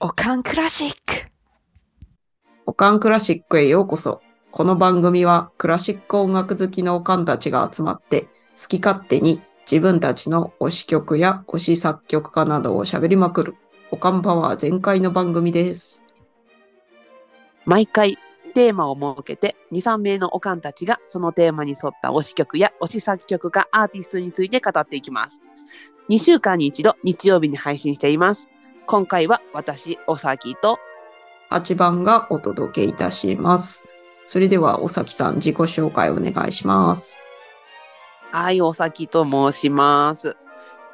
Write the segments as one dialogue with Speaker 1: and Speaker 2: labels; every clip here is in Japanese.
Speaker 1: おかんクラシック。
Speaker 2: おかんクラシックへようこそ。この番組はクラシック音楽好きのおかんたちが集まって好き勝手に自分たちの推し曲や推し作曲家などを喋りまくるおかんパワー全開の番組です。
Speaker 3: 毎回テーマを設けて23名のおかんたちがそのテーマに沿った推し曲や推し作曲家アーティストについて語っていきます2週間に一度日曜日に配信しています今回は私おさきと
Speaker 2: 8番がお届けいたします。それでは、おさきさん、自己紹介お願いします。
Speaker 3: はいおさきと申します、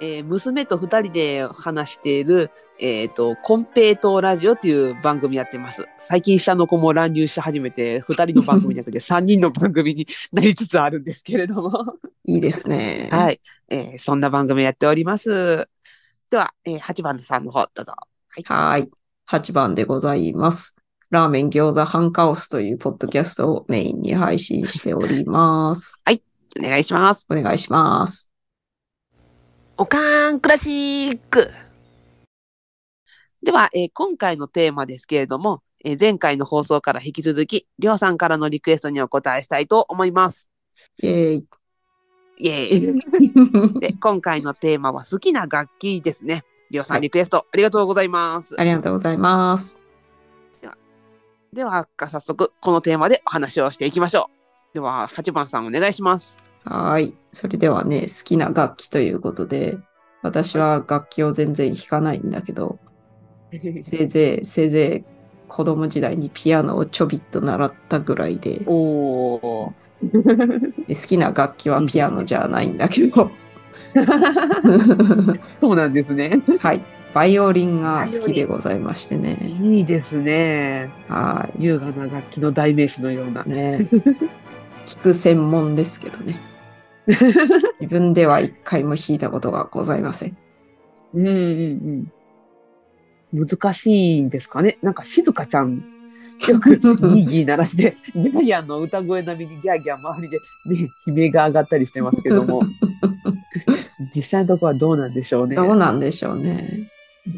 Speaker 3: えー娘と2人で話しているえっ、と、コンペイトーラジオっていう番組やってます。最近下の子も乱入し始めて、2人の番組じゃなくて3 人の番組になりつつあるんですけれども。
Speaker 2: いいですね。
Speaker 3: は。い、えーそんな番組やっております。では、えー、8番のさんの方、どうぞ。
Speaker 2: はい。8番でございます。ラーメン餃子半カオスというポッドキャストをメインに配信しております。
Speaker 3: お願いします。
Speaker 2: お願いします。
Speaker 1: おかんクラシック。
Speaker 3: では、えー今回のテーマですけれども、えー前回の放送から引き続き、りょうさんからのリクエストにお答えしたいと思います。
Speaker 2: イェーイ。
Speaker 3: イエーイ。で、今回のテーマは好きな楽器ですね。りょうさ
Speaker 2: はい
Speaker 3: ん、リクエストありがとうございます。
Speaker 2: ありがとうございます。
Speaker 3: では、早速、このテーマでお話をしていきましょう。では、8番さん、お願いします。
Speaker 2: はーい。それではね、好きな楽器ということで、私は楽器を全然弾かないんだけど、せいぜい、せいぜい子供時代にピアノをちょびっと習ったぐらいで、で
Speaker 3: おー。
Speaker 2: 好きな楽器はピアノじゃないんだけど、
Speaker 3: そうなんですね。
Speaker 2: はい。バイオリンが好きでございましてね。
Speaker 3: いいですね。
Speaker 2: は
Speaker 3: 優雅な楽器の代名詞のような。
Speaker 2: い。 ね。聞く専門ですけどね。自分では一回も弾いたことがございません。
Speaker 3: うんうんうん。難しいんですかね。なんか静香ちゃん、よくギーギー鳴 らして、ジャイアンの歌声並みにギャーギャー周りで、ね、悲鳴が上がったりしてますけど も、実際のところはどうなんでしょうね。
Speaker 2: どうなんでしょうね。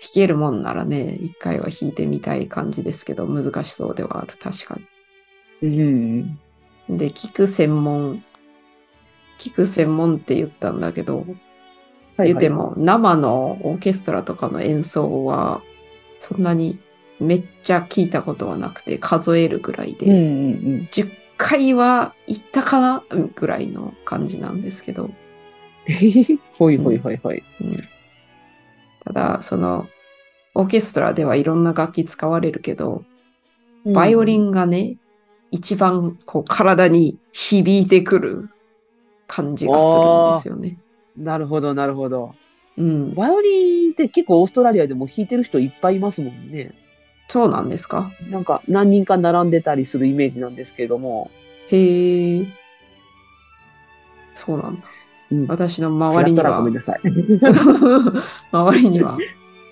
Speaker 2: 弾けるもんならね、一回は弾いてみたい感じですけど、難しそうではある、確か
Speaker 3: うん。
Speaker 2: に。で、聞く専門。聞く専門って言ったんだけど、言っても生のオーケストラとかの演奏は、そんなにめっちゃ聞いたことはなくて、数えるぐらいで、
Speaker 3: うん うん
Speaker 2: 10回は行ったかなぐらいの感じなんですけど、
Speaker 3: うん。ほいほいほいほい。
Speaker 2: ただ、その、オーケストラではいろんな楽器使われるけど、バイオリ
Speaker 3: ン。
Speaker 2: ンがね、一番こう体に響いてくる感じがするんですよね。
Speaker 3: なるほどなるほど。
Speaker 2: うん。
Speaker 3: バイオリンって結構オーストラリアでも弾いてる人いっぱいいますもんね。
Speaker 2: そうなんですか
Speaker 3: なんか何人か並んでたりするイメージなんですけども。
Speaker 2: へえ。そうなんだ。
Speaker 3: うん
Speaker 2: 私の周り
Speaker 3: 違
Speaker 2: に
Speaker 3: ったらご
Speaker 2: は
Speaker 3: めん、なさい。
Speaker 2: 周りには、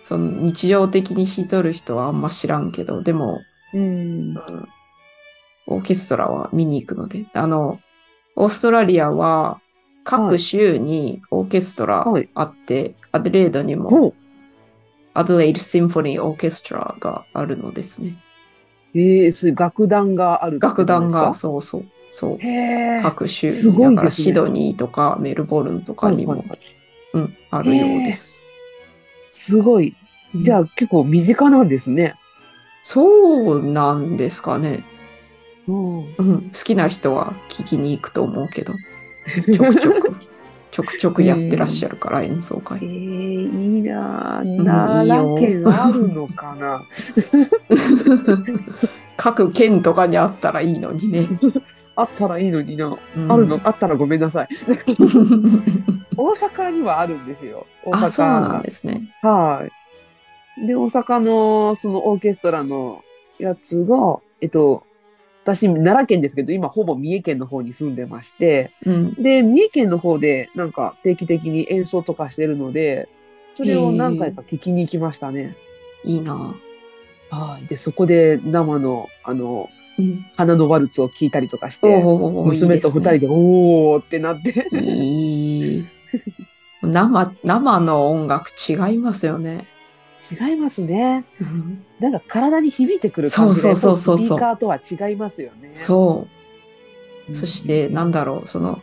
Speaker 2: その日常的に弾いとる人はあんま知らんけど、でも、
Speaker 3: うん。
Speaker 2: うんオーケストラは見に行くので、あの、オーストラリアは
Speaker 3: は
Speaker 2: 各
Speaker 3: い
Speaker 2: 州にオーケストラ
Speaker 3: はい
Speaker 2: あって、アデレードにも
Speaker 3: ほう。
Speaker 2: アデレード・シンフォニー・オーケストラがあるのですね。
Speaker 3: ええそういう楽団があるってこ
Speaker 2: 楽
Speaker 3: となん
Speaker 2: 団
Speaker 3: ですか。
Speaker 2: が、そうそう、そう、
Speaker 3: へえ。
Speaker 2: 各州に
Speaker 3: すごいですね
Speaker 2: だからシドニーとかメルボルンとかにも、
Speaker 3: はいはいはい
Speaker 2: うん、あるようです。
Speaker 3: すごい。じ
Speaker 2: あ、
Speaker 3: ゃあ結構身近なんですね。
Speaker 2: そうなんですかね。
Speaker 3: うん。
Speaker 2: うん、好きな人は聞きに行くと思うけ ど、ちょくちょく、ちょくちょくやってらっしゃるから、演奏
Speaker 3: ええ
Speaker 2: 会。
Speaker 3: いいなぁ。
Speaker 2: ん
Speaker 3: 奈良
Speaker 2: いいよ
Speaker 3: 県あるのか な。
Speaker 2: 各県とかにあったらいいのにね。
Speaker 3: あったらいいのにな。
Speaker 2: うん
Speaker 3: あるの、 あったらごめんなさい。大阪にはあるんですよ。大阪。
Speaker 2: あ、そうなんですね。
Speaker 3: はい。で、大阪のそのオーケストラのやつが、えっと、私、奈良県ですけど、今ほぼ三重県の方に住んでまして、
Speaker 2: うん。
Speaker 3: で、三重県の方でなんか定期的に演奏とかしてるので、それを何回か聞きに行きましたね。
Speaker 2: いいな。
Speaker 3: はい。で、そこで生の、あの、
Speaker 2: うん、
Speaker 3: 花のワルツを聞いたりとかし
Speaker 2: お
Speaker 3: て、
Speaker 2: お
Speaker 3: 娘と二人で、おーってなって、
Speaker 2: 人。いい。生、生の音楽違いますよね。
Speaker 4: 違いますね。
Speaker 2: うん
Speaker 4: なんか体に響いてくる感じ
Speaker 2: そう
Speaker 4: で、
Speaker 2: そうそうそうそう
Speaker 4: スピーカーとは違いますよね。
Speaker 2: そうう。
Speaker 4: ん
Speaker 2: そして、なんだろう、その、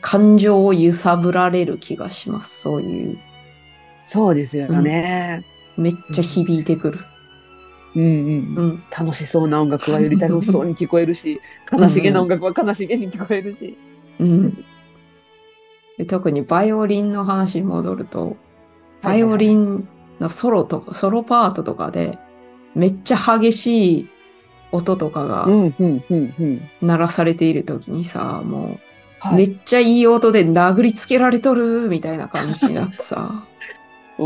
Speaker 2: 感情を揺さぶられる気がします。そういう。
Speaker 4: そうですよね。
Speaker 2: めっちゃ響いてくる。
Speaker 4: うんうん。
Speaker 2: うん。
Speaker 4: 楽しそうな音楽はより楽しそうに聞こえるし、悲しげな音楽は悲しげに聞こえるし。
Speaker 2: うん。で特にバイオリンの話に戻ると、バイオ
Speaker 4: ン。
Speaker 2: リンのソロとか、ソロパートとかで、めっちゃ激しい音とかが
Speaker 4: うんうんうんうん。
Speaker 2: 鳴らされている時にさ、もう、
Speaker 4: は
Speaker 2: め
Speaker 4: い。
Speaker 2: っちゃいい音で殴りつけられとるみたいな感じになってさ、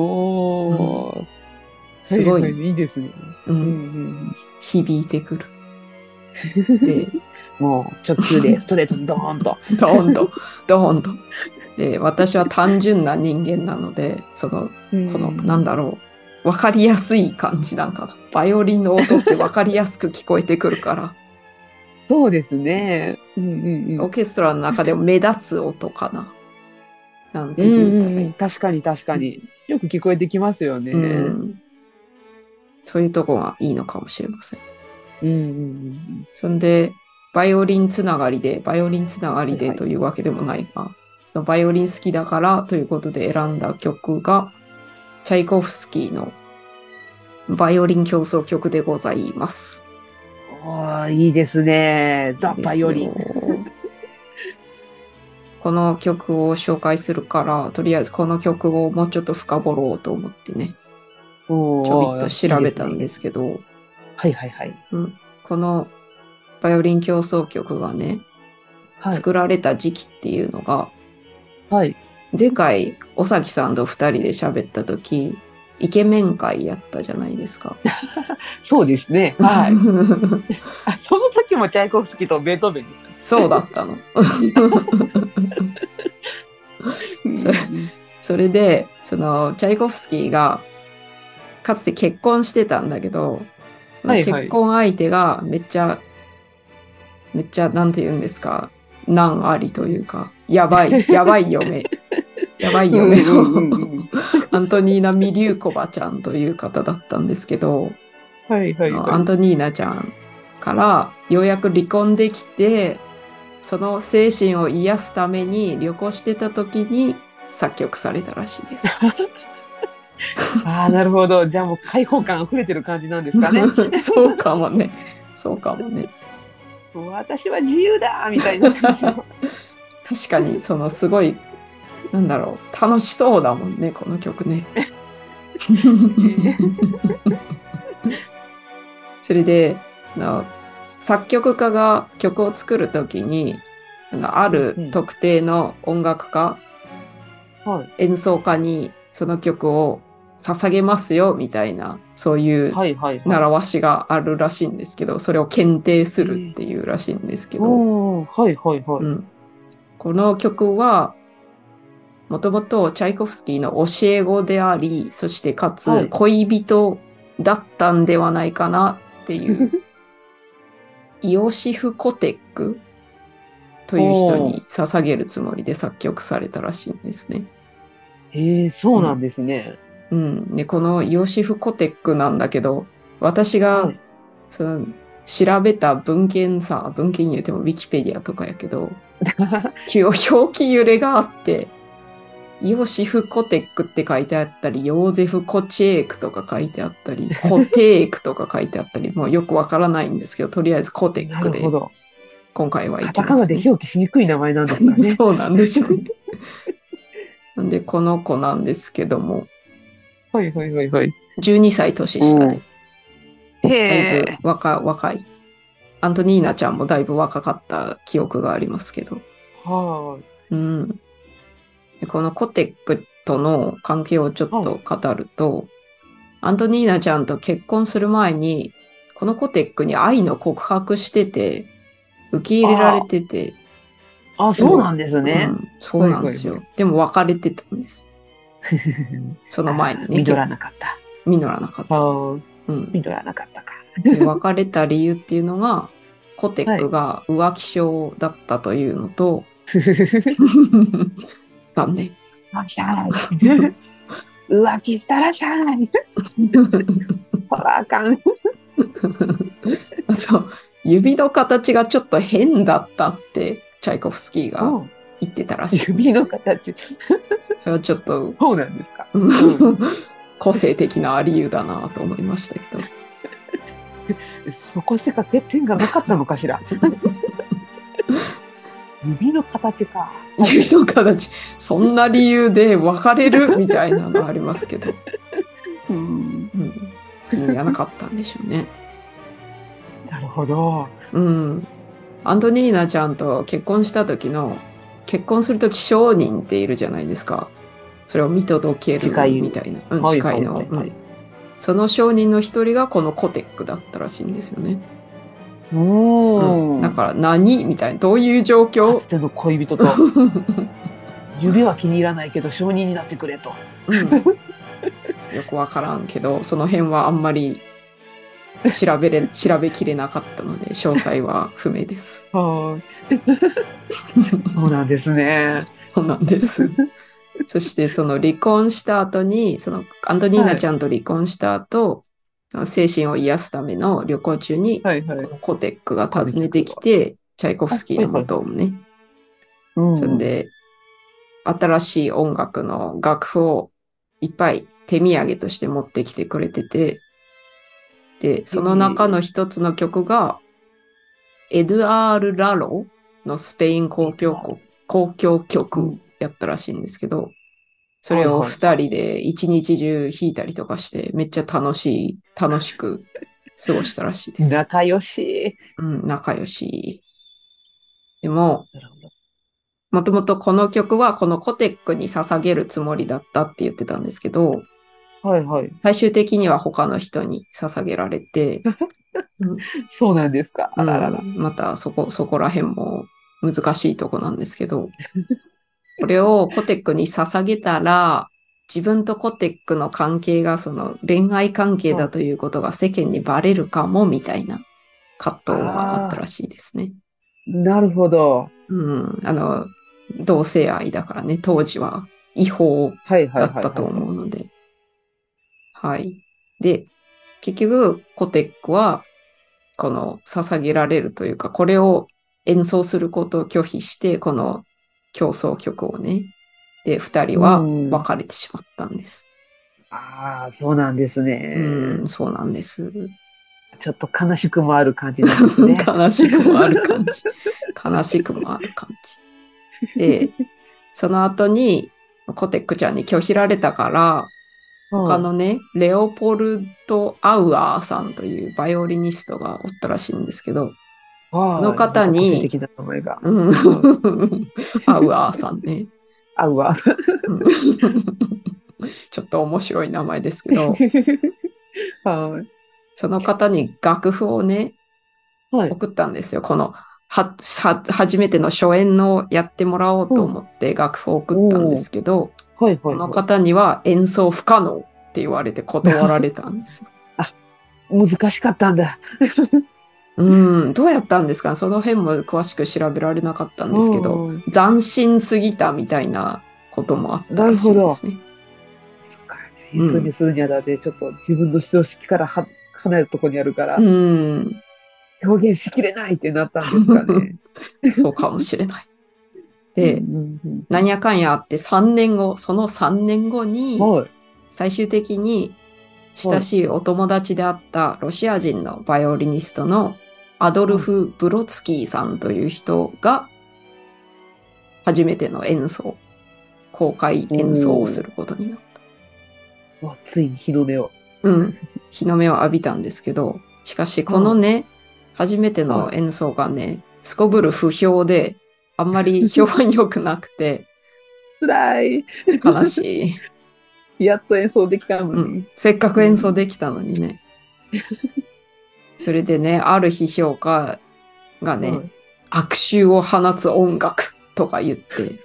Speaker 4: おー。
Speaker 2: すご、
Speaker 4: はいははいいですね。
Speaker 2: う
Speaker 4: うんうん
Speaker 2: ん、
Speaker 4: うん。
Speaker 2: 響いて くる。で、
Speaker 4: もう直球でスト レートにドーンと。
Speaker 2: ドーンと、ドーンと。で、私は単純な人間なので、その、この、なんだろう、わかりやすい感じなんかな。バイオリンの音ってわかりやすく聞こえてくるから、
Speaker 4: そうですね。うんうんう
Speaker 2: オー
Speaker 4: ん。
Speaker 2: ケストラの中でも目立つ音かな。なんて言ったらいいか
Speaker 4: 確かに確かに。よく聞こえてきますよね。
Speaker 2: う
Speaker 4: うん
Speaker 2: んそういうとこがいいのかもしれません。
Speaker 4: うんうん
Speaker 2: そんで、バイオリンつながりで、バイオリンつながり
Speaker 4: はい
Speaker 2: で
Speaker 4: はい
Speaker 2: というわけでもないが、そのバイオリン好きだからということで選んだ曲が、チャイコフスキーのバイオリン競争曲でございます。
Speaker 4: うん。おーいいですね。ザ・バイオリン。
Speaker 2: ですよ。 この曲を紹介するから、とりあえずこの曲をもうちょっと深掘ろうと思ってね、
Speaker 4: おー
Speaker 2: ちょびっと調べたん
Speaker 4: いい
Speaker 2: です
Speaker 4: ね
Speaker 2: すけど、
Speaker 4: はいはいはい。
Speaker 2: このバイオリン競争曲がね、
Speaker 4: はい。
Speaker 2: 作られた時期っていうのが、
Speaker 4: はい。
Speaker 2: 前回、おさきさんと二人で喋った時、イケメン会やったじゃないですか。
Speaker 4: そうですね。はい。
Speaker 2: い。
Speaker 4: あその時もチャイコフスキーとベートーベンでし
Speaker 2: そうだったの。
Speaker 4: たね。
Speaker 2: それで、その、チャイコフスキーが、かつて結婚してたんだけど、
Speaker 4: はいはい
Speaker 2: 結婚相手がめっちゃ、めっちゃ、なんて言うんですか、難ありというか、やば い、やばい嫁。やばい嫁
Speaker 4: うんうんうんう
Speaker 2: の
Speaker 4: ん
Speaker 2: アントニーナ・ミリューコバちゃんという方だったんですけど、
Speaker 4: はいはい
Speaker 2: あのアン
Speaker 4: は
Speaker 2: トニーナちゃんからようやく離婚できて、その精神を癒すために旅行してた時に作曲されたらしいです。
Speaker 4: い。ああ、なるほど。じゃあもう開放感溢れてる感じなんです かね。
Speaker 2: そうかもね。そうかもね。
Speaker 4: もう私 は自由だみたいな感じの。
Speaker 2: 確かに、そのすごい、なんだろう、楽しそうだもんね、この曲ね。それで、その作曲家が曲を作るときに、あのある特定の音楽家、
Speaker 4: はい。
Speaker 2: 演奏家にその曲を捧げますよ、みたいな、そういう
Speaker 4: はいはいはい。
Speaker 2: 習わしがあるらしいんですけど、それを検定するっていうらしいんですけど、
Speaker 4: おーはいはいは
Speaker 2: うん、この曲はもともとチャイコフスキーの教え子でありそしてか
Speaker 4: は
Speaker 2: つ
Speaker 4: い
Speaker 2: 恋人だったんではないかなっていう、 イオシフ・コテックという人に捧げるつもりで作曲されたらしいんですね。
Speaker 4: い。へえ、そうなんですね。
Speaker 2: うん、でこのイオシフ・コテックなんだけど私が、
Speaker 4: はい
Speaker 2: その調べた文献さ文献言うてもウィキペディアとかやけど、表記揺れがあって、イオシフ・コテックって書いてあったり、ヨーゼフ・コチェークとか書いてあった り、コテークとか書いてあったり、もうよくわからないんですけど、とりあえずコテッ
Speaker 4: な
Speaker 2: ク
Speaker 4: る
Speaker 2: で
Speaker 4: ほど。
Speaker 2: 今回は行
Speaker 4: カ
Speaker 2: き
Speaker 4: タ
Speaker 2: ます、
Speaker 4: カナで表記しにくい名前なんですかね。
Speaker 2: そうなんでしょう ね。なんで、この子なんですけども、
Speaker 4: はいはいはいはい。
Speaker 2: 12歳年下で、
Speaker 4: へ
Speaker 2: だい
Speaker 4: え。
Speaker 2: ぶ若若い。アントニーナちゃんもだいぶ若かった記憶がありますけど。
Speaker 4: は
Speaker 2: うん。でこのコテックとの関係をちょっと語ると、アントニーナちゃんと結婚する前に、このコテックに愛の告白してて、受け入れられてて、
Speaker 4: い。あ、そうなんですね
Speaker 2: う。んそうなんですよ。
Speaker 4: はい
Speaker 2: でも別れてたんです。その前にね、
Speaker 4: 実らなかった。
Speaker 2: 実らなかった。
Speaker 4: あ あ、
Speaker 2: うん、
Speaker 4: 実らなかったか。
Speaker 2: で別れた理由っていうのが、コテックが浮気症だったというの と、残念。
Speaker 4: あ、しゃあない。浮気したらしゃあない。そらあかん。
Speaker 2: あと、指の形がちょっと変だったって、チャイコフスキーが言ってたらしい。
Speaker 4: 指の形。
Speaker 2: それはちょっと、
Speaker 4: そうなんですか。
Speaker 2: うん個性的な理由だなと思いましたけど。
Speaker 4: そこしてか欠点がなかったのかし ら。指の形か。
Speaker 2: 指の形、そんな理由で別れるみたいなのありますけど、
Speaker 4: うん。
Speaker 2: うん、気に入らなかったんでしょうね。
Speaker 4: なるほど。
Speaker 2: うん。アントニーナちゃんと結婚した時の、結婚する時商人っているじゃないですか。それを見届ける
Speaker 4: 誓い
Speaker 2: みたいな。うん、誓いの。
Speaker 4: はいはいはいはい
Speaker 2: うんその商人の一人がこのコテックだったらしいんですよね。
Speaker 4: お
Speaker 2: う
Speaker 4: お。
Speaker 2: ん、だから何みたいな。どういう状
Speaker 4: か
Speaker 2: 況
Speaker 4: つての恋 人と指は気に入らないけど承認になってくれと。
Speaker 2: うん、よくわからんけどその辺はあんまり調べれ調べきれなかったので詳細は不明です。
Speaker 4: はい。 そうなんですね。
Speaker 2: そうなん です。そしてその離婚した後にそのアントニーナちゃんと離婚した後、精神を癒すための旅行中に、
Speaker 4: はいはい。
Speaker 2: コテックが訪ねてきてチャイコフスキーの元をね、
Speaker 4: う
Speaker 2: そんで、新しい音楽の楽譜をいっぱい手土産として持ってきてくれてて、で、その中の一つの曲が、エドアール・ラロのスペイン公共こ公共曲やったらしいんですけど、それを二人で一日中弾いたりとかして、めっちゃ楽しい、楽しく過ごしたらしいです。
Speaker 4: 仲良し。
Speaker 2: うん、仲良し。でも、
Speaker 4: なるほど。
Speaker 2: もともとこの曲はこのコテックに捧げるつもりだったって言ってたんですけど、
Speaker 4: はいはい。
Speaker 2: 最終的には他の人に捧げられて、
Speaker 4: そうなんですか。あららら
Speaker 2: う。んまたそこ、そこら辺も難しいとこなんですけど、これをコテックに捧げたら、自分とコテックの関係がその恋愛関係だということが世間にバレるかもみたいな葛藤があったらしいですね。
Speaker 4: なるほど。
Speaker 2: うん、あの、同性愛だからね、当時は違法
Speaker 4: はいはい
Speaker 2: だ
Speaker 4: はい、
Speaker 2: っ
Speaker 4: はい。
Speaker 2: たと思うので。はい。で、結局、コテックは、この捧げられるというか、これを演奏することを拒否して、この競争曲をね、で、二人は
Speaker 4: うん
Speaker 2: 別れてしまったんです。
Speaker 4: ああ、そうなんですね、
Speaker 2: うん、そうなんです。。
Speaker 4: ちょっと悲しくもある感じなんですね
Speaker 2: 悲しくもある感じ。 悲しくもある感じ。で、その後に、コテックちゃんに拒否られたから、他のね、レオポルト・アウアーさんというバイオリニストがおったらしいんですけど、
Speaker 4: はい、
Speaker 2: あの方に
Speaker 4: なんか個性的な名前が。
Speaker 2: うんアウアーさんね。
Speaker 4: 合うわ。
Speaker 2: うんちょっと面白い名前ですけど、
Speaker 4: はい。
Speaker 2: その方に楽譜をね、
Speaker 4: はい。
Speaker 2: 送ったんですよ。この、は、は、初めての初演のやってもらおうと思って楽譜を送ったんですけど、
Speaker 4: はい。
Speaker 2: この
Speaker 4: は
Speaker 2: 方には演奏不可能って言われて断られたんですよ。
Speaker 4: い。難しかったんだ。
Speaker 2: うん、どうやったんですかその辺も詳しく調べられなかったんですけど、
Speaker 4: うん。
Speaker 2: 斬新すぎたみたいなこともあったらしいですね。
Speaker 4: そっか。演奏にするにあたって、ちょっと自分の常識からは離れるとこにあるから
Speaker 2: う、ん、
Speaker 4: 表現しきれないってなったんですかね。
Speaker 2: そうかもしれ ない。 で
Speaker 4: う、んうん
Speaker 2: なんやかんやあって3年後、その3年後に
Speaker 4: うん、はい。
Speaker 2: 最終的に親しいお友達であったロシア人のバイオリニストのアドルフ・ブロツキーさんという人が初めての演奏、公開演奏をすることになった。
Speaker 4: もうついに日の目を。
Speaker 2: うん。日の目を浴びたんですけど、しかしこのね、初めての演奏がね、すこぶる不評で、あんま り評判良くなくて、
Speaker 4: 辛い。
Speaker 2: 悲 しい。
Speaker 4: やっと演奏できたの
Speaker 2: う
Speaker 4: に。
Speaker 2: ん、せっかく演奏できたのに ね。それでね、ある批評家がね、
Speaker 4: はい
Speaker 2: 悪臭を放つ音楽とか言 って、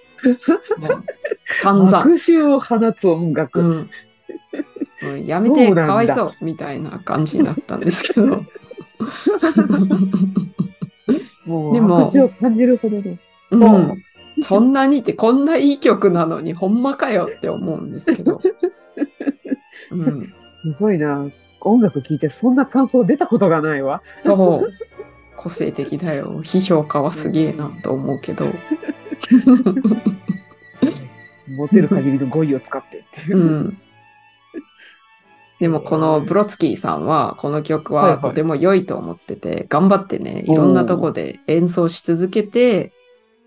Speaker 2: もう散々、
Speaker 4: 握手を放つ音楽。
Speaker 2: うん、もうやめて
Speaker 4: そうなんだ
Speaker 2: かわいそうみたいな感じになったんですけ ど。
Speaker 4: もう、
Speaker 2: でも
Speaker 4: 握手を感じるほどの。
Speaker 2: うん、 そんなにってこんないい曲なのにほんまかよって思うんですけど、うん、
Speaker 3: すごいな。音楽聴いてそんな感想出たことがないわ。
Speaker 2: そう。個性的だよ。批評家はすげえなと思うけど。
Speaker 3: 持てる限りの語彙を使ってっていうう。
Speaker 2: ん。でもこのブロツキーさんはこの曲
Speaker 3: はいは
Speaker 2: はいとても良いと思ってて、頑張ってね、いろんなとこで演奏し続けて、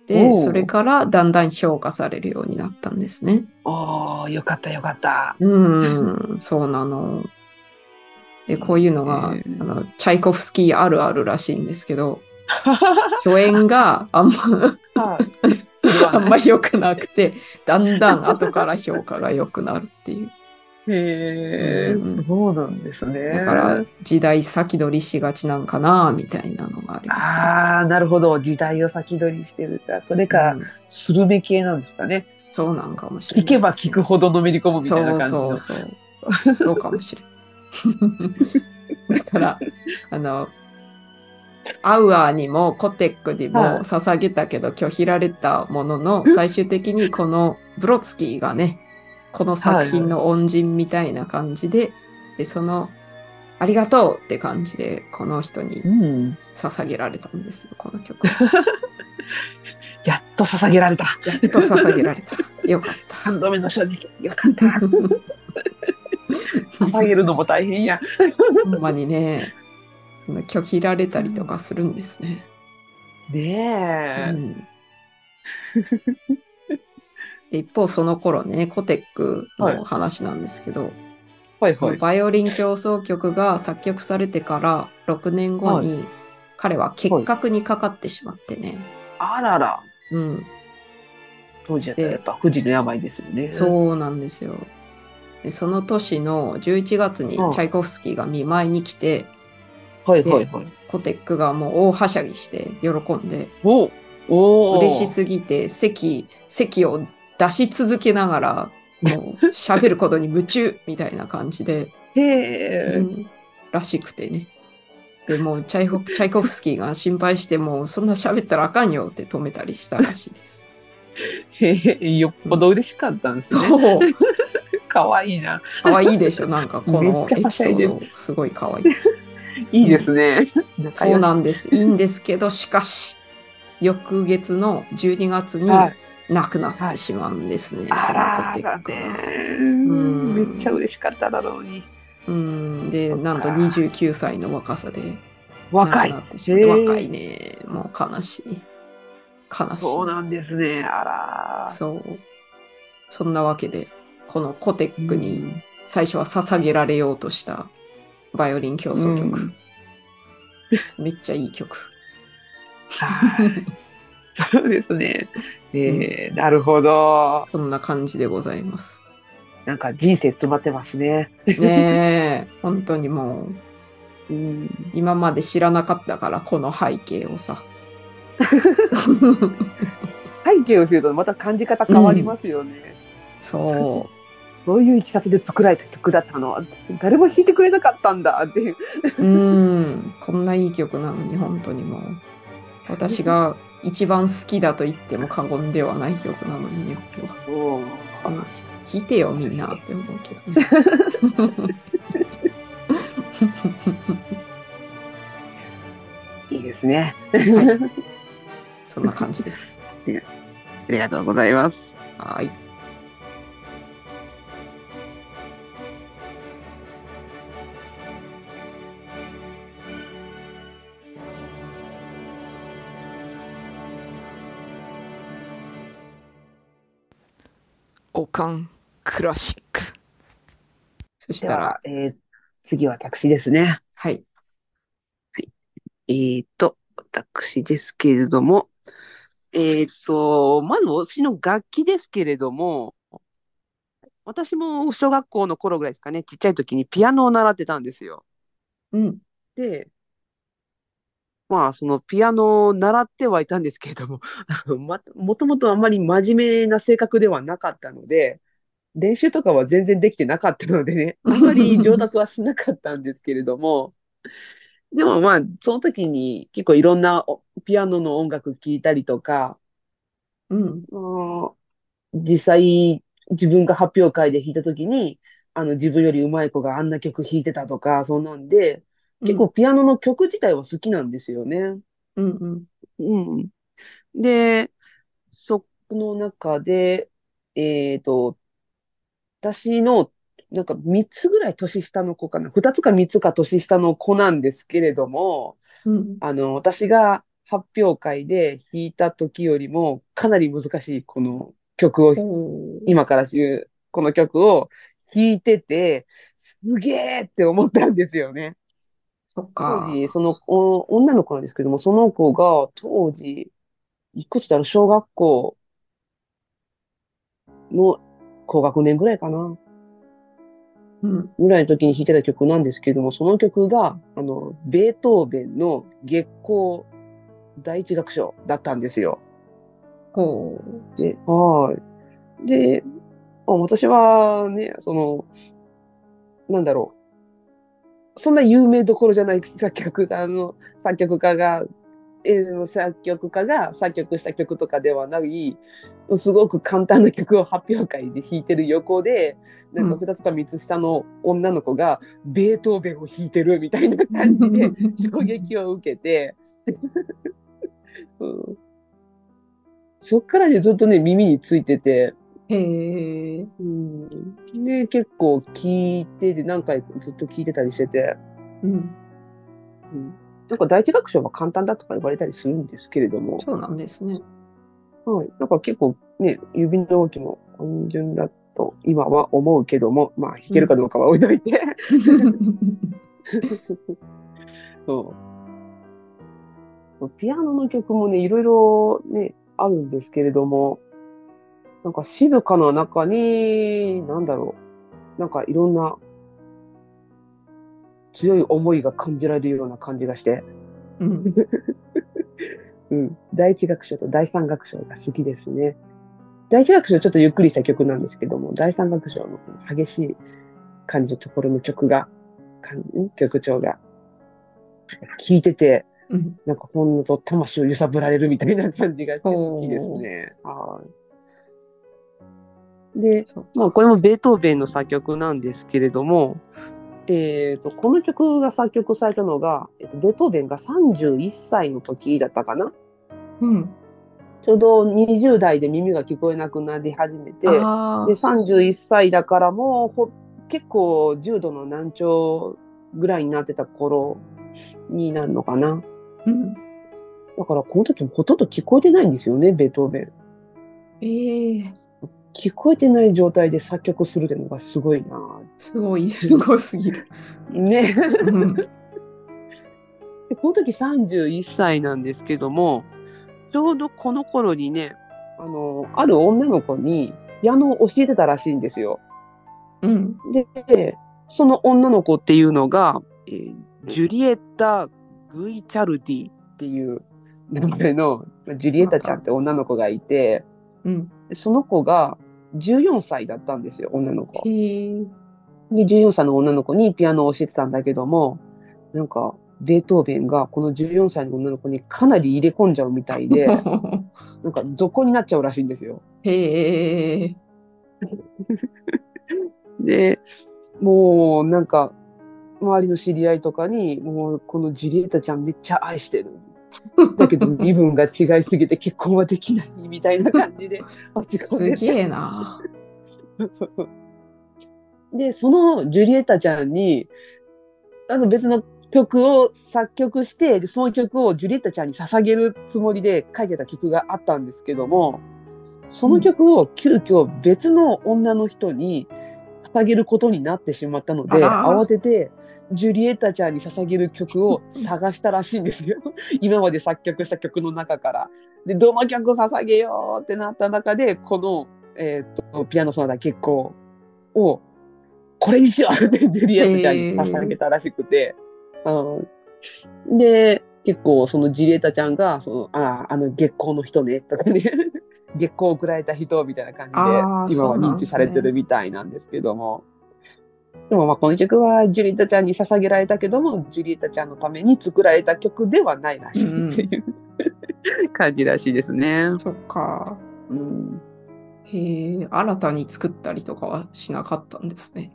Speaker 3: お
Speaker 2: で、
Speaker 3: ー
Speaker 2: それからだんだん評価されるようになったんですね。
Speaker 3: おー、よかったよかった。
Speaker 2: うん、そうなの。で、こういうのが、
Speaker 3: えー
Speaker 2: あの、チャイコフスキーあるあるらしいんですけど、初演が あんま、
Speaker 3: はい
Speaker 2: あんま良くなくて、だんだん後から評価が良くなるっていう。
Speaker 3: へ
Speaker 2: うん
Speaker 3: え、そうなんですね。
Speaker 2: だから、時代先取りしがちなんかな、みたいなのがあります、ね。
Speaker 3: ああ、なるほど。時代を先取りしてるか。それか、
Speaker 2: うん
Speaker 3: スルメ系なんですかね。
Speaker 2: そうなんかもしれな
Speaker 3: 聞
Speaker 2: い。
Speaker 3: けば聞くほどのめり込むみたいな感じ
Speaker 2: そ
Speaker 3: の。
Speaker 2: うそうそう。そうかもしれない。だから、あの、アウアーにもコテックに
Speaker 3: はい
Speaker 2: も捧げたけど拒否られたものの、最終的にこのブロツキーがね、この作品の恩人みたいな感じで、で、その、ありがとうって感じで、この人に
Speaker 3: うん。
Speaker 2: 捧げられたんですよ、この曲。や
Speaker 3: やっと捧げられた。
Speaker 2: っと 捧げられた。 よかった。
Speaker 3: 3度目の正直。よかった。 捧げるのも大変や。
Speaker 2: ほんまにね、あの拒否られたりとかするんですね。
Speaker 3: ねえ。
Speaker 2: うん、で一方、その頃ね、コテックの話なんですけど、
Speaker 3: はい
Speaker 2: こ
Speaker 3: は
Speaker 2: の
Speaker 3: い。
Speaker 2: バイオリン競争曲が作曲されてから6年後に、彼は結核にかかってしまってね、
Speaker 3: あらら。
Speaker 2: うん、
Speaker 3: 当時やったらやっぱ富士の病ですよね。う。
Speaker 2: そうなんですよ。でその年の11月にチ
Speaker 3: うん
Speaker 2: ャイコフスキーが見舞いに来て、
Speaker 3: はいはいはい。
Speaker 2: コテックがもう大はしゃぎして喜んで、
Speaker 3: おおお
Speaker 2: 嬉しすぎて席席を出し続けながら もう喋ることに夢中みたいな感じで、う
Speaker 3: へえ。
Speaker 2: んらしくてねでもうチャイホチャイコフスキーが心配してもうそんな喋ったらあかんよって止めたりしたらしい です。
Speaker 3: へえ。よっぽど嬉しかったんです ね。
Speaker 2: そう
Speaker 3: かわいいな。
Speaker 2: 可愛いでしょなんかこ
Speaker 3: めっ
Speaker 2: の
Speaker 3: ちゃ
Speaker 2: エ
Speaker 3: は
Speaker 2: ピ
Speaker 3: し
Speaker 2: ソ
Speaker 3: ゃいでる
Speaker 2: ードすごい可愛い。
Speaker 3: いいですね。仲良し
Speaker 2: そうなんですいいんですけどしかし翌月の12月に
Speaker 3: はい
Speaker 2: 亡くなってしまうんですね。
Speaker 3: あら
Speaker 2: この
Speaker 3: だ
Speaker 2: 子っていうかん
Speaker 3: ね。めっちゃ嬉しかっただろうに。
Speaker 2: うん、で、
Speaker 3: そっか
Speaker 2: なんと29歳の若さで
Speaker 3: 若い
Speaker 2: 亡く。なってしまって
Speaker 3: へー
Speaker 2: 若いね。もう悲しい。悲しい。
Speaker 3: そうなんですね。あら。
Speaker 2: そうそんなわけで、このコテック
Speaker 3: う
Speaker 2: に
Speaker 3: ん
Speaker 2: 最初は捧げられようとしたバイオリン競争曲。めっちゃいい曲。
Speaker 3: はいそうですね。えーなるほど。
Speaker 2: そんな感じでございます。
Speaker 3: なんか人生詰まってますね。
Speaker 2: ねえ、本当にもう、
Speaker 3: うん、
Speaker 2: 今まで知らなかったから、この背景を さ。
Speaker 3: 背景を知るとまた感じ方変わりますよね。
Speaker 2: そう。
Speaker 3: そういういきさつで作られた曲だったの。誰も弾いてくれなかったんだっていう。
Speaker 2: うん、こんないい曲なのに本当にもう私が一番好きだと言っても過言ではない曲なのにねこれは
Speaker 3: おー
Speaker 2: うん弾いてよ
Speaker 3: そう
Speaker 2: み
Speaker 3: です
Speaker 2: ん
Speaker 3: ね
Speaker 2: なって思うけどね
Speaker 3: いいですね。
Speaker 2: そんな感じです
Speaker 3: ありがとうございます。
Speaker 2: はいおかんクラシックそし
Speaker 3: で
Speaker 2: たら
Speaker 3: は、えー次は私ですね。
Speaker 2: はい
Speaker 3: えーと、私ですけれども、えーと、まず私の楽器ですけれども、私も小学校の頃ぐらいですかね、ちっちゃい時にピアノを習ってたんですよ。
Speaker 2: うん
Speaker 3: で、まあ、そのピアノを習ってはいたんですけれども、あのま、もともとあまり真面目な性格ではなかったので、練習とかは全然できてなかったのでね、あんまり上達はしなかったんですけれども、でもまあ、その時に結構いろんなおピアノの音楽聴いたりとか、
Speaker 2: うん
Speaker 3: うん実際自分が発表会で弾いた時に、あの自分より上手い子があんな曲弾いてたとか、そんなんで、結構ピアノの曲自体は好きなんですよね。
Speaker 2: うんうん。
Speaker 3: うん。で、その中で、えっと、私の、なんか3つぐらい年下の子かな。2つか3つか年下の子なんですけれども、
Speaker 2: うん。
Speaker 3: あの、私が発表会で弾いた時よりもかなり難しいこの曲を、
Speaker 2: おー
Speaker 3: 今から言うこの曲を弾いてて、すげえって思ったんですよね。
Speaker 2: そっ
Speaker 3: 当
Speaker 2: か。
Speaker 3: 時、そのお女の子なんですけども、その子が当時、いくつだろう、小学校の高学年ぐらいかな、
Speaker 2: うん。
Speaker 3: ぐらいの時に弾いてた曲なんですけども、その曲が、あの、ベートーベンの月光第一楽章だったんですよ。
Speaker 2: ほ
Speaker 3: で、はい。で、あ私はね、その、なんだろう。そんな有名どころじゃない作曲家の、作曲家が、えの作曲家が作曲した曲とかではない、すごく簡単な曲を発表会で弾いてる横で、なんか
Speaker 2: うん
Speaker 3: 2つか3つ下の女の子が、ベートーベンを弾いてるみたいな
Speaker 2: う。
Speaker 3: 感 じで、衝撃を受けて、 うんそっからねずっとね耳についてて、
Speaker 2: へえ。
Speaker 3: うん、で結構聞いてて何回かずっと聞いてたりしてて、
Speaker 2: うん。
Speaker 3: うんなんか第一楽章は簡単だとか言われたりするんですけれども、
Speaker 2: そうなんですね。
Speaker 3: はい、なんか結構ね指の動きも単純だと今は思うけどもまあ弾けるかどうかは置いといて、そう。ピアノの曲もね、いろいろね、あるんですけれども、なんか静かな中に、なんだろう、なんかいろんな強い思いが感じられるような感じがして、
Speaker 2: うん。
Speaker 3: うん。第一楽章と第三楽章が好きですね。第一楽章ちょっとゆっくりした曲なんですけども、第三楽章のこの激しい感じのところの曲が、感ん曲調が、聴いてて、
Speaker 2: うん。
Speaker 3: なんかほんのと魂を揺さぶられるみたいな感じがして好きですね。はい。で、
Speaker 2: そう
Speaker 3: まあこれもベートーベンの作曲なんですけれども、えっ、と、この曲が作曲されたのが、えっとベートーベンが31歳の時だったかな。
Speaker 2: うん。
Speaker 3: ちょうど20代で耳が聞こえなくなり始めて、で、
Speaker 2: ああ。
Speaker 3: 31歳だからもうほ結構重度の難聴ぐらいになってた頃になるのかな。
Speaker 2: うん。
Speaker 3: だからこの時もほとんど聞こえてないんですよね、ベートーベン。
Speaker 2: ええ。
Speaker 3: 聞こえてない状態で作曲するっていうのがすごいな
Speaker 2: すごい、すごすぎる。
Speaker 3: ね。
Speaker 2: うん。
Speaker 3: で、この時31歳なんですけども、ちょうどこの頃にね、あの、ある女の子にピアノを教えてたらしいんですよ。
Speaker 2: うん。
Speaker 3: で、その女の子っていうのが、えージュリエッタ・グイチャルディっていう名前の、ジュリエッタちゃんって女の子がいて、
Speaker 2: うん。
Speaker 3: その子が14歳だったんですよ、女の子。
Speaker 2: へえ。
Speaker 3: で、14歳の女の子にピアノを教えてたんだけども、なんか、ベートーベンがこの14歳の女の子にかなり入れ込んじゃうみたい で、なんか、俗になっちゃうらしいんですよ。
Speaker 2: へえ。
Speaker 3: で、もう、なんか、周りの知り合いとかに、もう、このジュリエタちゃんめっちゃ愛してる。だけど、身分が違いすぎて結婚はできないみたいな感じで、落ち込ん
Speaker 2: す
Speaker 3: でて
Speaker 2: げえな。
Speaker 3: で、そのジュリエッタちゃんに、あの別の曲を作曲して、でその曲をジュリエッタちゃんに捧げるつもりで書いてた曲があったんですけども、その曲を急遽別の女の人に捧げることになってしまったので、
Speaker 2: あら
Speaker 3: 慌ててジュリエッタちゃんに捧げる曲を探したらしいんですよ。今まで作曲した曲の中から。で、どの曲捧げようってなった中で、この、えーっと、ピアノソナタ結構を、これにしようってジュリエッタちゃんに捧げたらしくて、うんで、結構そのジュリエッタちゃんが、その、ああ、あの月光の人ね、とかね、 月光を食らえた人みたいな感
Speaker 2: あー
Speaker 3: じで、今は
Speaker 2: そうなん
Speaker 3: 認
Speaker 2: ですね
Speaker 3: 知されてるみたいなんですけども。でもまあこの曲はジュリエッタちゃんに捧げられたけども、ジュリエッタちゃんのために作られた曲ではないらしいっていう、感じらしいですね。
Speaker 2: そっか。
Speaker 3: うん、
Speaker 2: へえ。新たに作ったりとかはしなかったんですね。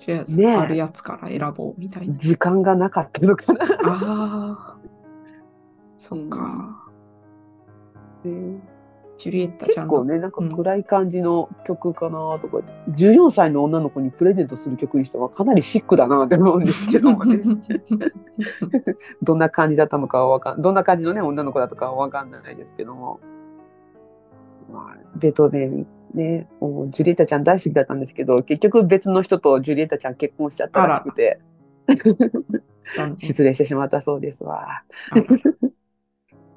Speaker 2: とりあえ
Speaker 4: ね
Speaker 2: ず
Speaker 4: え
Speaker 2: あるやつから選ぼうみたいな。
Speaker 4: 時間がなかったのかな。
Speaker 2: ああ。そっか。ジュリエッタちゃ
Speaker 4: 結
Speaker 2: ん
Speaker 4: 構
Speaker 2: の。
Speaker 4: ね、なんか
Speaker 2: うん
Speaker 4: 暗い感じの曲かなとか、14歳の女の子にプレゼントする曲にしてはかなりシックだなって思うんですけどもねどんな感じだったのかはわかん、どんな感じのね、女の子だったかはわかんないですけども。まあ、ベートーベンね、もうジュリエッタちゃん大好きだったんですけど、結局別の人とジュリエッタちゃん結婚しちゃったらしくて、
Speaker 2: 残念
Speaker 4: 失礼してしまったそうですわ。
Speaker 2: あら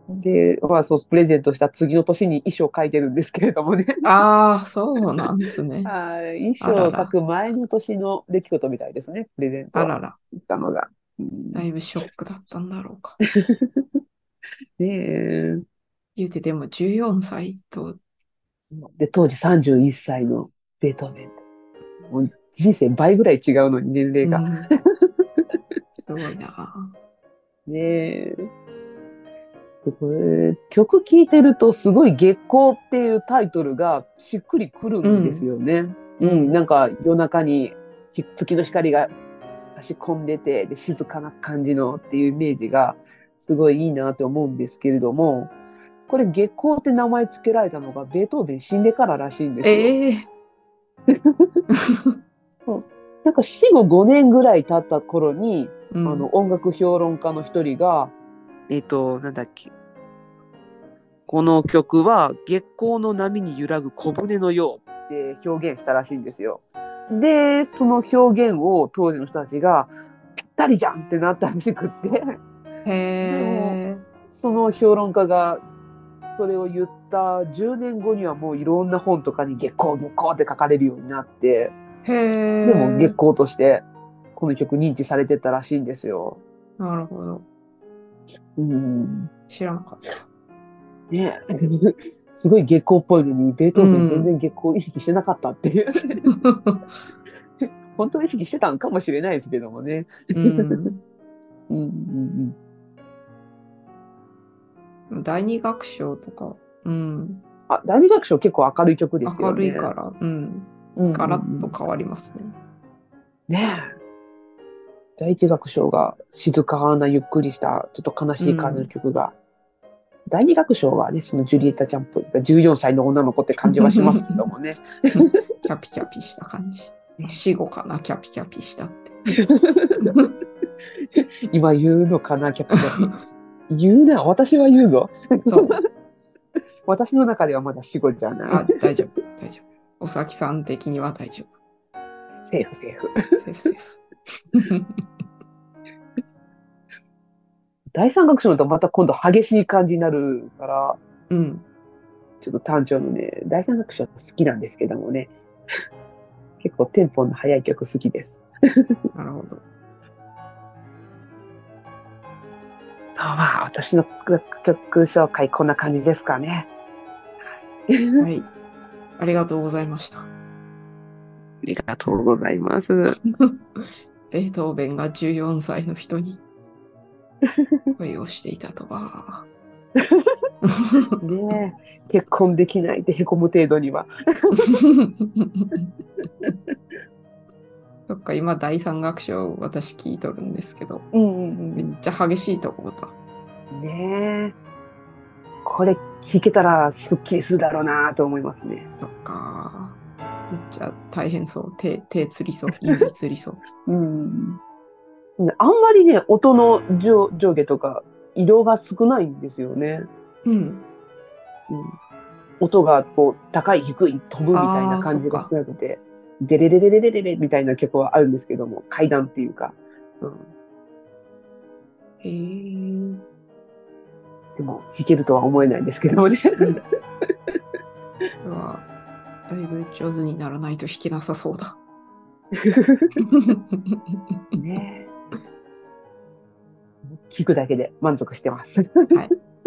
Speaker 4: で、まあそう、プレゼントした次の年に衣装書いてるんですけれどもね。
Speaker 2: ああ、そうなんですね。
Speaker 4: はい、衣装を書く前の年の出来事みたいですね、プレゼント
Speaker 2: あらら、
Speaker 4: したのが。うん
Speaker 2: だいぶショックだったんだろうか。
Speaker 4: ねえ
Speaker 2: 言うてでも14歳と、
Speaker 4: で、当時31歳のベートーベン。もう人生倍ぐらい違うのに、
Speaker 2: う
Speaker 4: 年齢が。
Speaker 2: ん、すごいな。
Speaker 4: ねえ。でこれ曲聴いてるとすごい月光っていうタイトルがしっくりくるんですよね。う、
Speaker 2: うんん
Speaker 4: なんか夜中にひ月の光が差し込んでてで静かな感じのっていうイメージがすごいいいなと思うんですけれども、これ月光って名前付けられたのがベートーベン死んでかららしいんですよ。
Speaker 2: ええ
Speaker 4: なんか死後5年ぐらい経った頃に、
Speaker 2: うん
Speaker 4: あの音楽評論家の一人が、えっ、と、なんだっけ。この曲は月光の波に揺らぐ小舟のようって表現したらしいんですよ。で、その表現を当時の人たちがぴったりじゃんってなったらしくって、
Speaker 2: へえ。
Speaker 4: その評論家がそれを言った10年後にはもういろんな本とかに月光月光って書かれるようになって、
Speaker 2: へえ。
Speaker 4: でも月光としてこの曲認知されてったらしいんですよ。
Speaker 2: なるほど。
Speaker 4: うん。
Speaker 2: 知らなかった。
Speaker 4: ね えすごい月光っぽいのに、ベートーベン全然月光意識してなかったっていう、 本当は意識してたんかもしれないですけどもね。
Speaker 2: うん、
Speaker 4: うんうん
Speaker 2: 第二楽章とか、うん、
Speaker 4: うん、あ、第二楽章結構明るい曲です
Speaker 2: 明
Speaker 4: よ
Speaker 2: る
Speaker 4: ね。
Speaker 2: いから、うん、
Speaker 4: うんうんうん
Speaker 2: ガラッと変わります ね。
Speaker 4: ねえ。第一楽章が静かなゆっくりした、ちょっと悲しい感じの曲が。第二楽章はね、そのジュリエッタちゃんっぽい、14歳の女の子って感じはしますけどもね。
Speaker 2: キャピキャピした感じ。死後かな、キャピキャピした って。
Speaker 4: 今言うのかな、キャプテン。言うな、私は言うぞ。
Speaker 2: そう。
Speaker 4: 私の中ではまだ死後じゃ
Speaker 2: あ
Speaker 4: な、
Speaker 2: 大丈夫、大丈夫。おさきさん的には大丈
Speaker 4: い。セーフセーフ。
Speaker 2: 夫。セーフセーフ。
Speaker 4: 第三楽章だとまた今度激しい感じになるから、
Speaker 2: うん。
Speaker 4: ちょっと単調のね、第三楽章好きなんですけどもね。 結構テンポの速い曲好きです。
Speaker 2: なるほど。
Speaker 4: そうまあ、私の曲紹介こんな感じですかね。
Speaker 2: はい。ありがとうございました。
Speaker 4: ありがとうございます。
Speaker 2: ベートーベンが14歳の人に恋をしていたとは。
Speaker 4: ねえ結婚できないってへこむ程度には。
Speaker 2: そっか、今第三楽章私聞いとるんですけど、
Speaker 4: うんうん
Speaker 2: めっちゃ激しいとこだ。
Speaker 4: ねえ。これ聞けたらすっきりするだろうなと思いますね。
Speaker 2: そっか。めっちゃ大変そう。手、手つりそう。指つりそう。
Speaker 4: うん。あんまりね、音の上上下とか、移動が少ないんですよね。
Speaker 2: うん。
Speaker 4: うん、音がこう、高い、低い、飛ぶみたいな感じが
Speaker 2: あーそっ
Speaker 4: 少なくて、デレレレレレレレみたいな曲はあるんですけども、階段っていうか。うん、
Speaker 2: へえー。
Speaker 4: でも、弾けるとは思えないんですけどもね。
Speaker 2: うわだいぶ上手にならないと弾けなさそうだ。
Speaker 4: ねえ聞くだけで満足してます。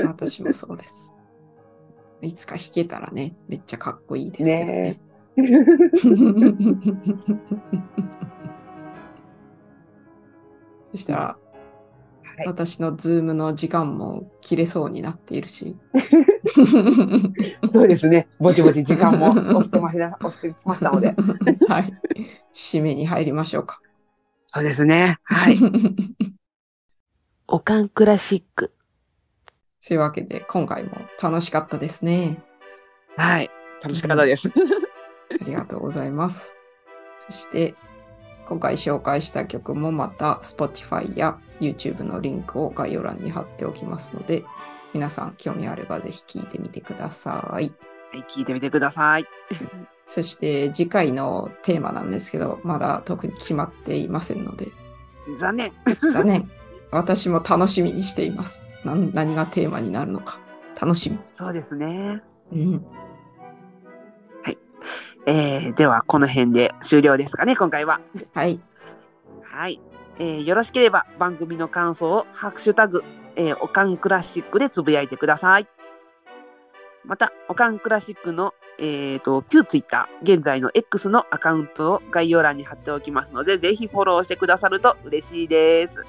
Speaker 2: 私もそうです。いつか弾けたらね、めっちゃかっこいいですけど
Speaker 4: ね
Speaker 2: ね。そしたら、
Speaker 3: はい
Speaker 2: 私のズームの時間も切れそうになっているし。
Speaker 3: そうですね。ぼちぼち時間も押してましな押してきましたので。。
Speaker 2: はい。締めに入りましょうか。
Speaker 3: そうですね。 はい。。
Speaker 1: おかんクラシック。
Speaker 2: というわけで、今回も楽しかったですね。
Speaker 3: はい。楽しかったです。
Speaker 2: ありがとうございます。そして、今回紹介した曲もまた Spotify や YouTube のリンクを概要欄に貼っておきますので、皆さん興味あればぜひ聴いてみてください。
Speaker 3: はい、聞いてみてください。
Speaker 2: そして次回のテーマなんですけど、まだ特に決まっていませんので、
Speaker 3: 残念。
Speaker 2: 残念。私も楽しみにしています。なん何がテーマになるのか。楽し
Speaker 3: そうですね。
Speaker 2: み。うん。
Speaker 3: えー、では、この辺で終了ですかね、今回は。
Speaker 2: はい。
Speaker 3: はい。えー、よろしければ番組の感想をハッシュタグ、えーおかんクラシックでつぶやいてください。また、おかんクラシックの、えー、と、旧ツイッター、現在の X のアカウントを概要欄に貼っておきますので、ぜひフォローしてくださると嬉しいです。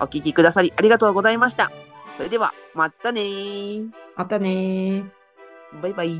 Speaker 3: お聞きくださりありがとうございました。それでは、またねー。
Speaker 2: またねー。
Speaker 3: バイバイ。